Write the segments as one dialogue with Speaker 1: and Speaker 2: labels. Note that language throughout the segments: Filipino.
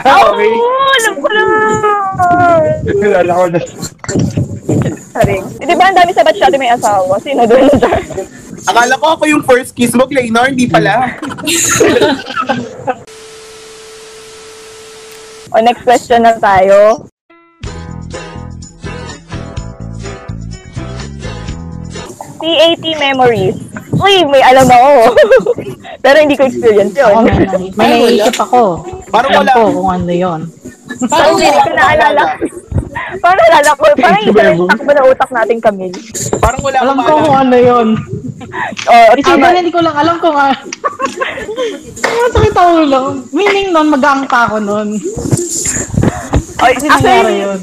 Speaker 1: Sorry.
Speaker 2: Oo, Oh, alam ko na!
Speaker 1: Kilala ko na.
Speaker 2: Saring. Hindi ba ang dami sa batch natin may asawa? Sino doon dyan?
Speaker 3: Akala ko ako yung first kiss mo, Glenor, hindi pala.
Speaker 2: O, next question na tayo. PAT memories. Uy, may alam ako. Pero hindi ko experience yun.
Speaker 4: Oo, meron. May naisip ako.
Speaker 3: Parang
Speaker 4: Alam
Speaker 3: wala.
Speaker 4: ko kung ano yun.
Speaker 2: Parang hindi ko naalala. Parang naalala ko. Parang
Speaker 1: you,
Speaker 2: isa rin
Speaker 1: Bebo.
Speaker 2: takbo na utak natin, Camille.
Speaker 3: Parang wala
Speaker 4: Alam ko
Speaker 3: akong
Speaker 4: kung
Speaker 3: maalala.
Speaker 4: ano yun.
Speaker 2: Oo,
Speaker 4: Isipin
Speaker 2: tama.
Speaker 4: na hindi ko lang alam ko nga. Ang sakit ang ulo. Meaning nun, mag-angka ako nun.
Speaker 2: Oy,
Speaker 4: Kasi
Speaker 2: actually,
Speaker 4: nangyari yun.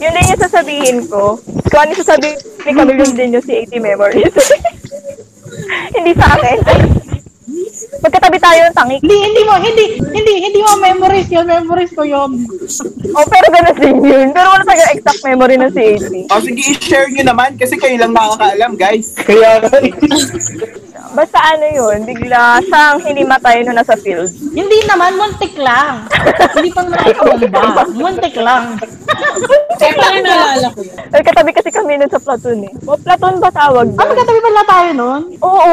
Speaker 2: Yun din yung sasabihin ko. Kung ano sasabihin ni Camille, yun din yung CAT memories. hindi sa akin. Magkatabi tayo ng tangi.
Speaker 4: Hindi, hindi mo, hindi, hindi, hindi mo memories yun. Memories ko yun.
Speaker 2: Oh, pero ganun din yun. Pero wala tayo exact memory ng CAT.
Speaker 3: O Oh, sige, i-share nyo naman kasi kayo lang nakakaalam, guys.
Speaker 1: Kaya nga eh.
Speaker 2: Basta ano yun, bigla siyang hinimatay nung nasa field.
Speaker 4: Hindi naman, muntik lang. hindi pa nakakabomba. Muntik lang.
Speaker 5: Eh, parang naalala ko yun.
Speaker 2: Nagkatabi kasi kami nun sa platoon eh. O, platoon ba tawag
Speaker 4: Ah,
Speaker 2: doon?
Speaker 4: magkatabi pala tayo nun?
Speaker 2: Oo,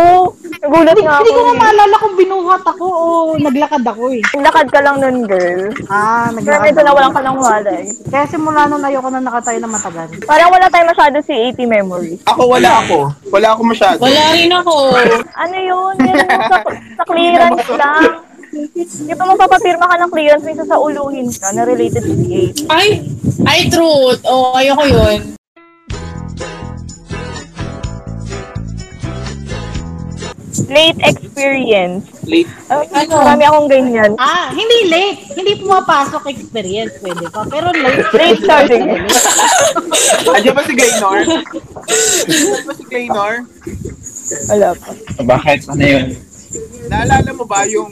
Speaker 2: nagulat
Speaker 4: Hindi,
Speaker 2: nga ako.
Speaker 4: hindi ko na
Speaker 2: eh.
Speaker 4: maalala kung binuhat ako o naglakad ako eh.
Speaker 2: Naglakad ka lang nun, girl.
Speaker 4: Ah,
Speaker 2: Girl,
Speaker 4: naglakad
Speaker 2: medyo
Speaker 4: ako.
Speaker 2: nawalan ka ng walay.
Speaker 4: Kaya simula nun ayoko na nakatayo na matagal.
Speaker 2: Parang wala tayo masyado CAT memories.
Speaker 3: Ako, wala ako. Wala ako masyado.
Speaker 5: Wala rin ako.
Speaker 2: Ano yun? Meron mo sa, sa clearance lang. Di ba mapapapirma ka ng clearance, minsan sa uluhin ka na related to the age.
Speaker 5: Ay, ay, truth. Oo, oh, ayoko yun.
Speaker 2: Late experience.
Speaker 3: Late.
Speaker 2: Ay,
Speaker 5: Ano?
Speaker 2: Marami akong ganyan.
Speaker 4: Ah, hindi late. Hindi pumapasok experience, pwede pa. Pero late.
Speaker 2: Late starting.
Speaker 3: Andiyan ba si Glenor? Andiyan ba si Glenor?
Speaker 2: Wala pa.
Speaker 1: Bakit? Ano yun?
Speaker 3: Naalala mo ba yung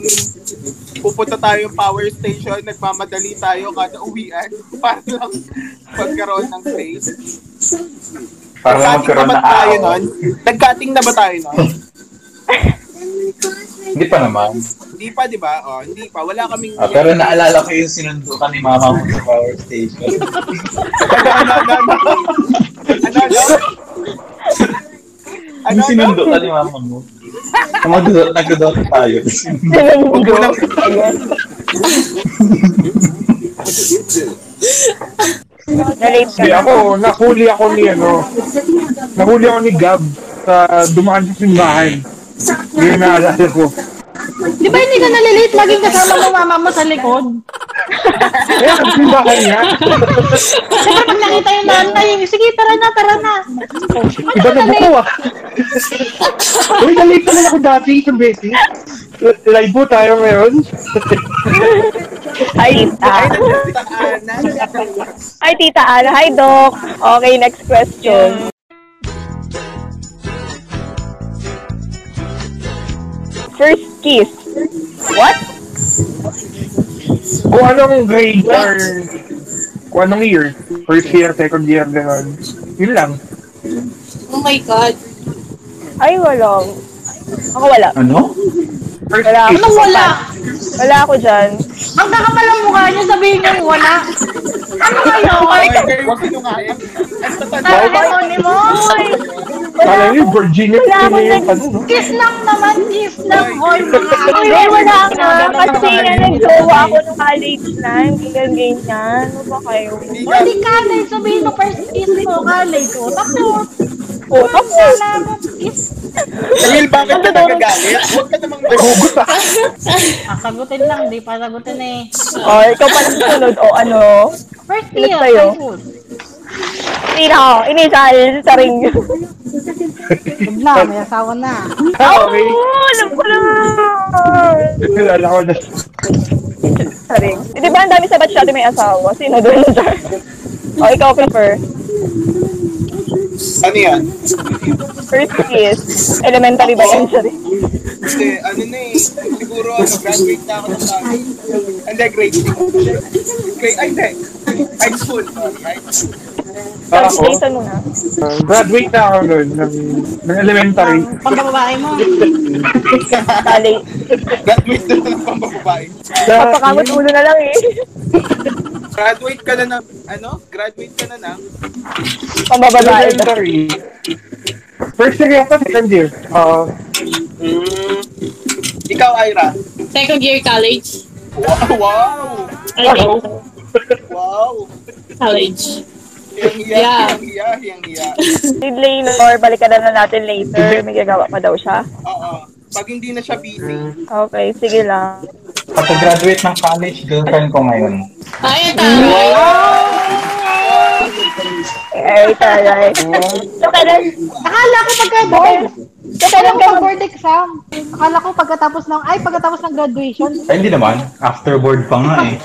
Speaker 3: pupunta tayo yung power station, nagmamadali tayo kada uwian para lang magkaroon ng space?
Speaker 1: Para
Speaker 3: Nagkating na
Speaker 1: magkaroon
Speaker 3: ba
Speaker 1: na
Speaker 3: tayo
Speaker 1: araw.
Speaker 3: nun? Nagkating na ba tayo nun?
Speaker 1: Hindi pa naman.
Speaker 3: Hindi pa, di ba? O, hindi pa. Wala kaming...
Speaker 1: Ah, pero naalala ko yung sinundo ka ni mama mo sa power station.
Speaker 3: ano, ano, ano, ano? Ano, ano? Ano, ano?
Speaker 1: Yung sinundo ka ni mama mo. Nagdodot nagdodot tayo.
Speaker 3: Huwag mo lang-
Speaker 2: Na-late ka
Speaker 6: Hindi
Speaker 2: na.
Speaker 6: ako, nahuli ako ni ano, nahuli ako ni Gab sa dumaan sa simbahan. Hindi na naalala ko.
Speaker 4: Di ba hindi ka nalilate? Laging kasama mo mama mo sa likod.
Speaker 6: Eh, ang simbahan niya.
Speaker 4: Siyempre pag nakita yung nanay, sige tara na, tara na.
Speaker 6: Iba na buko ah. Uy, nalate pala ako dati isang beses. L- Live po tayo ngayon.
Speaker 2: Ay, tita.
Speaker 3: Ah,
Speaker 2: Ay, tita Ana. Hi, Doc. Okay, next question. First kiss. What?
Speaker 6: Kung anong grade or kung anong year. First year, second year, gano'n. Yun lang.
Speaker 5: Oh my God.
Speaker 2: Ay, wala. Ako wala.
Speaker 1: Ano?
Speaker 6: First
Speaker 2: Wala.
Speaker 6: kiss.
Speaker 4: Anong wala?
Speaker 2: Wala ako dyan.
Speaker 4: Ang kakapal ang mukha niyo, sabihin niyo yung wala. Ano kayo?
Speaker 3: Huwag sinungaling. Ang
Speaker 4: Ay,
Speaker 3: tatanda.
Speaker 4: Demonimoy!
Speaker 6: Kala niyo, Virginia
Speaker 2: Wala
Speaker 6: Virginia
Speaker 2: akong
Speaker 6: yung ano, no?
Speaker 4: Kiss lang naman, kiss lang. Hoy, mga
Speaker 2: Ay,
Speaker 4: angel.
Speaker 2: wala nga.
Speaker 4: Ganun ang
Speaker 2: Kasi
Speaker 4: mga
Speaker 2: nga
Speaker 4: angel.
Speaker 2: nag-jowa ako nung college na. Hindi ganyan. Ano ba kayo?
Speaker 3: Hindi
Speaker 4: O,
Speaker 3: ka-
Speaker 4: di kalay. Sabihin mo, first kiss mo, kalay ko. Tapos,
Speaker 2: Oh, tapos.
Speaker 4: salamat, kiss.
Speaker 3: Camille, bakit ka nagagalit? Huwag ka namang
Speaker 6: Hugot ah.
Speaker 4: Ah, sagutin lang, di pa sagutin eh.
Speaker 2: Oh, ikaw pa nagsunod. O ano?
Speaker 4: First
Speaker 2: Kiss
Speaker 4: kiss,
Speaker 2: sa'yo.
Speaker 4: high school.
Speaker 2: Sino ako? Initial sa ring.
Speaker 4: Huwag na, may asawa na.
Speaker 6: Ah, okay.
Speaker 2: Oh, alam ko na.
Speaker 6: Kilala ko na.
Speaker 2: Sa ring. Eh, Di ba ang dami sa batch natin may asawa? Sino doon dyan? O, ikaw, Clipper.
Speaker 3: Ano yan?
Speaker 2: First kiss. Elementary ba yan siya rin?
Speaker 3: Hindi, ano na eh. Siguro, ano, graduate na ako ng college. Hindi, grade six. Grade, ay, hindi. High school. sorry, high school.
Speaker 6: Ah, Ako,
Speaker 2: Translation mo na.
Speaker 6: ah, graduate na ako nun, ng, ng elementary.
Speaker 4: Pagkababae mo.
Speaker 2: Tali.
Speaker 3: Graduate na lang ng pambababae.
Speaker 6: Sa-
Speaker 2: Papakamot ulo na lang eh.
Speaker 3: Graduate ka na ng, ano? Graduate ka na ng
Speaker 2: Pambababae.
Speaker 6: Elementary. First year yata, second year. Ah,
Speaker 1: Mm.
Speaker 3: Ikaw, Ira.
Speaker 5: Second year college.
Speaker 3: Wow! Wow!
Speaker 5: Ay,
Speaker 6: Hello?
Speaker 3: Wow!
Speaker 5: college.
Speaker 3: Yang iya,
Speaker 5: Yeah.
Speaker 3: yang iya, yang iya.
Speaker 2: Si Laylor, balikan na natin later. May gagawa pa daw siya.
Speaker 3: Oo. Pag hindi na siya busy.
Speaker 2: Okay, sige lang.
Speaker 1: Pagka-graduate ng college, girlfriend ko ngayon.
Speaker 5: Ay, tama.
Speaker 2: Ay, taray. So, kailan,
Speaker 4: Akala ko pagkababae.
Speaker 2: kailan
Speaker 4: Alam ko
Speaker 2: ka
Speaker 4: board exam. Akala ko pagkatapos ng, ay pagkatapos ng graduation.
Speaker 1: Ay, hindi naman. Afterboard pa nga eh.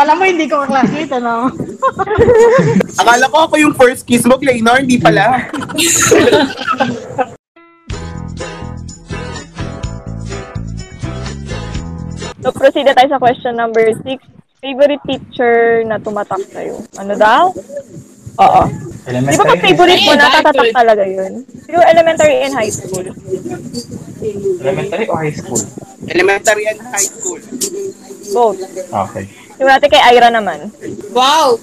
Speaker 4: Alam mo hindi ko ka-classmate, ano?
Speaker 3: Akala ko ako yung first kiss mo, Claynor. Hindi pala.
Speaker 2: So, proceed na tayo sa question number 6. Favorite teacher na tumatak sa'yo? Ano daw? Oo. Di ba pag favorite mo,
Speaker 5: Ay,
Speaker 2: natatatak
Speaker 5: high school.
Speaker 2: talaga yun? Yung elementary and high school.
Speaker 1: Elementary o high school?
Speaker 3: Elementary and high school.
Speaker 2: Both.
Speaker 1: Okay.
Speaker 2: Yung natin kay Ira naman.
Speaker 5: Wow.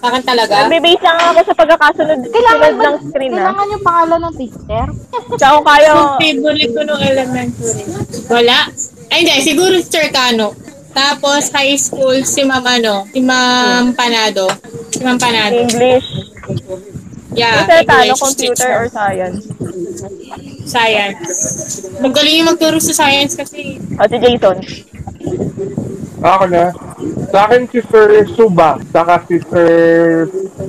Speaker 5: Akin talaga.
Speaker 2: Nagbe-base lang ako sa pagkakasunod
Speaker 4: Kailangan
Speaker 2: sunod
Speaker 4: ba,
Speaker 2: ng screen na.
Speaker 4: kailangan yung pangalan ng teacher?
Speaker 2: Sa kung kayo,
Speaker 5: Yung favorite ko nung elementary. Wala. Ay, hindi. Siguro si Cercano. Tapos high school, si Ma'am ano, si Ma'am Panado. Si Ma'am Panado.
Speaker 2: English.
Speaker 5: Yeah,
Speaker 2: Kasi talo,
Speaker 5: Ah, English
Speaker 2: computer or science.
Speaker 5: Science. Magaling yung magturo sa science kasi.
Speaker 2: O, Ah, si Jason.
Speaker 6: ako na. Sa akin, si Sir Suba, saka si Sir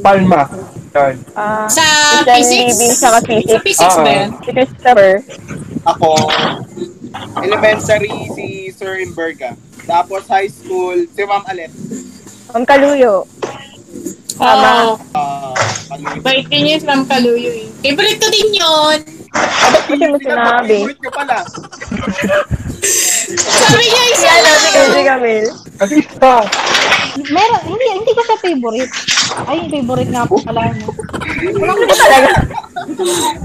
Speaker 6: Palma. Yan.
Speaker 2: Ah,
Speaker 5: Sa
Speaker 2: Christian
Speaker 5: physics.
Speaker 2: Living, saka physics.
Speaker 5: Sa physics ba yun?
Speaker 2: Si Christopher.
Speaker 3: Ako, elementary si Sir Imberga. Tapos high school, si Ma'am Alet.
Speaker 2: Ma'am Kaluyo. Tama.
Speaker 5: Oo.
Speaker 3: Ah, ano yun?
Speaker 5: Bait din yun si Ma'am Kaluyo eh. Favorite ko din yun.
Speaker 2: Kasi mo sinabi.
Speaker 3: Favorite ko pala.
Speaker 5: Sabi niya
Speaker 2: Ano,
Speaker 5: isa
Speaker 2: si
Speaker 5: lang.
Speaker 2: Kenzie Camille.
Speaker 6: At least, ah,
Speaker 4: Meron, hindi, hindi ko siya favorite. Ay, favorite nga po pala. ano.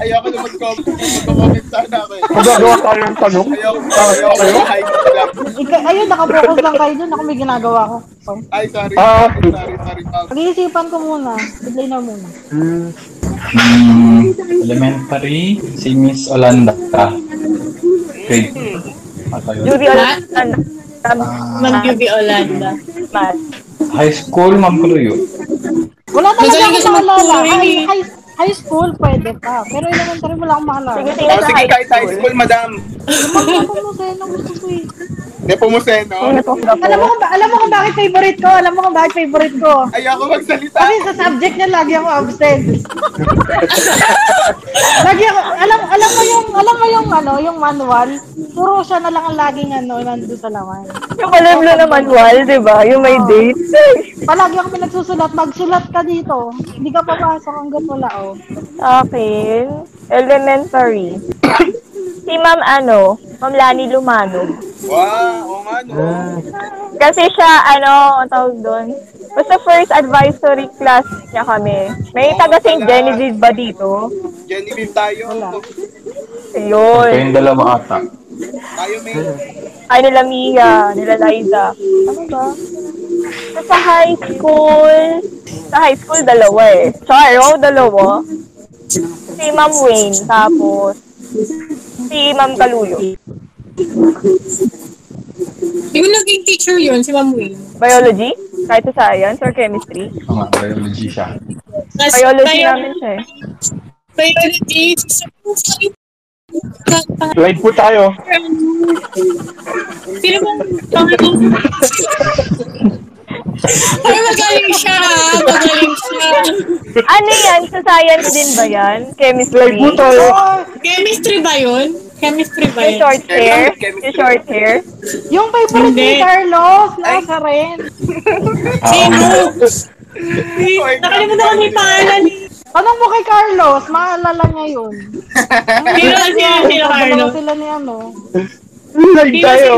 Speaker 3: Ayoko na mag-comment. Mag-comment sana ako eh.
Speaker 6: magagawa tayo ng tanong.
Speaker 3: Ayoko, ayoko na high school lang.
Speaker 4: Ika, ayun, nakapokus lang kayo dun. Ako may ginagawa ko. So,
Speaker 3: Ay, sorry.
Speaker 6: Ah.
Speaker 3: Sorry, sorry, ma'am.
Speaker 4: pag-iisipan ko muna. Tudlay na muna.
Speaker 6: Hmm.
Speaker 1: Hmm, elementary, si Miss Olanda. Grade. Ano yun?
Speaker 2: Judy
Speaker 5: What?
Speaker 2: Olanda.
Speaker 5: Mag-UV Olanda.
Speaker 2: Matt.
Speaker 1: High school, Ma'am Kuluyo.
Speaker 4: Wala talaga
Speaker 5: Magaling
Speaker 4: akong
Speaker 5: kasi
Speaker 4: maalala.
Speaker 5: magturo
Speaker 4: High,
Speaker 5: eh.
Speaker 4: high, high school, pwede pa. Pero elementary, wala akong maalala.
Speaker 2: Sige, sige
Speaker 3: Oh,
Speaker 2: sa
Speaker 3: sige,
Speaker 2: high
Speaker 3: kahit high
Speaker 2: school.
Speaker 3: school, madam.
Speaker 4: Lumang ako mo sa'yo nung gusto ko eh.
Speaker 3: Nepomuceno.
Speaker 4: Alam mo, kung ba- alam mo kung bakit favorite ko? Alam mo kung bakit favorite ko?
Speaker 3: Ayoko magsalita.
Speaker 4: Kasi sa subject niya lagi ako absent. lagi ako, alam alam mo yung alam mo yung ano, yung manual, puro siya na lang ang laging ano nandoon sa laman.
Speaker 2: Yung malablo na manual, di ba? Yung may date.
Speaker 4: Palagi ako pinagsusulat, magsulat ka dito. Hindi ka papasok hanggang wala oh.
Speaker 2: Akin, elementary. si Ma'am ano, Ma'am Lani Lumano.
Speaker 3: Wow, oo nga no.
Speaker 2: Kasi siya, ano, ang tawag doon. Basta first advisory class niya kami. May taga St. Genevieve ba dito?
Speaker 3: Genevieve tayo.
Speaker 4: Wala.
Speaker 3: Wala.
Speaker 2: Ayun.
Speaker 1: Ito yung dalawa ata.
Speaker 3: Tayo may...
Speaker 2: Ay, nila Mia, nila Liza. Ano ba? Sa- Sa high school, sa high school, dalawa eh. Char, wow, dalawa. Si Ma'am Wayne, tapos si Ma'am Kaluyo.
Speaker 5: Yung naging teacher yun, si Ma'am Wayne.
Speaker 2: Biology? Kahit sa science or chemistry?
Speaker 7: Mga biology siya.
Speaker 5: Tapos
Speaker 2: Biology
Speaker 5: bio-
Speaker 2: namin siya eh.
Speaker 5: Biology. So,
Speaker 6: Live po tayo.
Speaker 5: Sino bang pangalan? Ay, magaling siya. ah. Magaling siya.
Speaker 2: Ano yan? Sa science din ba yan?
Speaker 6: Live
Speaker 2: Chemistry?
Speaker 6: po tayo.
Speaker 5: Chemistry ba yun? Chemistry ba
Speaker 2: Yung
Speaker 5: yun?
Speaker 2: short hair? Yung short hair?
Speaker 4: Yung favorite
Speaker 5: Hindi.
Speaker 4: ni Carlos, nasa rin.
Speaker 5: Sino? Nakalimutan ko yung pangalan. eh.
Speaker 4: Tanong mo kay Carlos, maalala niya yun.
Speaker 5: Sino ang sino sino Carlo?
Speaker 4: Dalawa sila ni ano.
Speaker 6: Live tayo.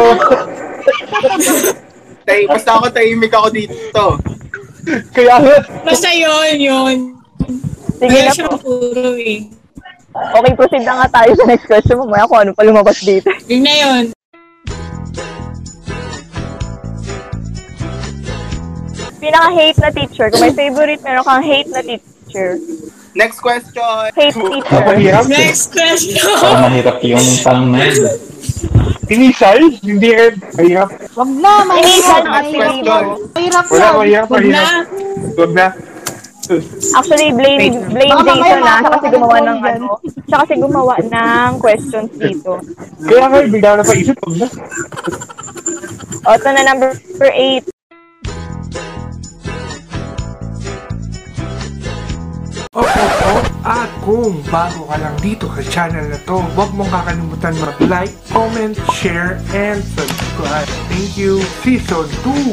Speaker 3: Tay, basta ako tahimik ako dito.
Speaker 6: Kaya
Speaker 5: Basta yun, yun.
Speaker 2: Sige
Speaker 5: Kaya
Speaker 2: na
Speaker 5: siya
Speaker 2: po.
Speaker 5: puro eh.
Speaker 2: Okay, proceed na nga tayo sa next question. Mamaya kung ano pa lumabas dito.
Speaker 5: Yun na yun.
Speaker 2: Pinaka-hate na teacher. Kung may favorite, meron kang hate na teacher.
Speaker 3: Next question.
Speaker 2: Hate teacher.
Speaker 6: napahirap.
Speaker 5: Next question.
Speaker 7: Parang mahirap yung tanong na yun.
Speaker 6: Initial, hindi rin. Mahirap.
Speaker 4: Wag na, mahirap.
Speaker 2: Inisan ang
Speaker 4: Mahirap
Speaker 3: athlete.
Speaker 4: yun. Mahirap
Speaker 6: Wala,
Speaker 4: yun.
Speaker 6: mahirap,
Speaker 5: Wag
Speaker 6: mahirap.
Speaker 5: na.
Speaker 6: Huwag na.
Speaker 2: Actually, blame, blame
Speaker 4: Baka mamaya
Speaker 2: Jason na.
Speaker 4: makakaroon
Speaker 2: Siya kasi gumawa ng
Speaker 4: ka ng phone dyan.
Speaker 2: ano. Siya kasi gumawa ng questions dito.
Speaker 6: Kaya kayo, bigla na paisip. Huwag na.
Speaker 2: O, ito na number 8.
Speaker 8: Opo, opo. At kung bago ka lang dito sa channel na to, huwag mong kakalimutan mag-like, comment, share, and subscribe. Thank you. Season 2!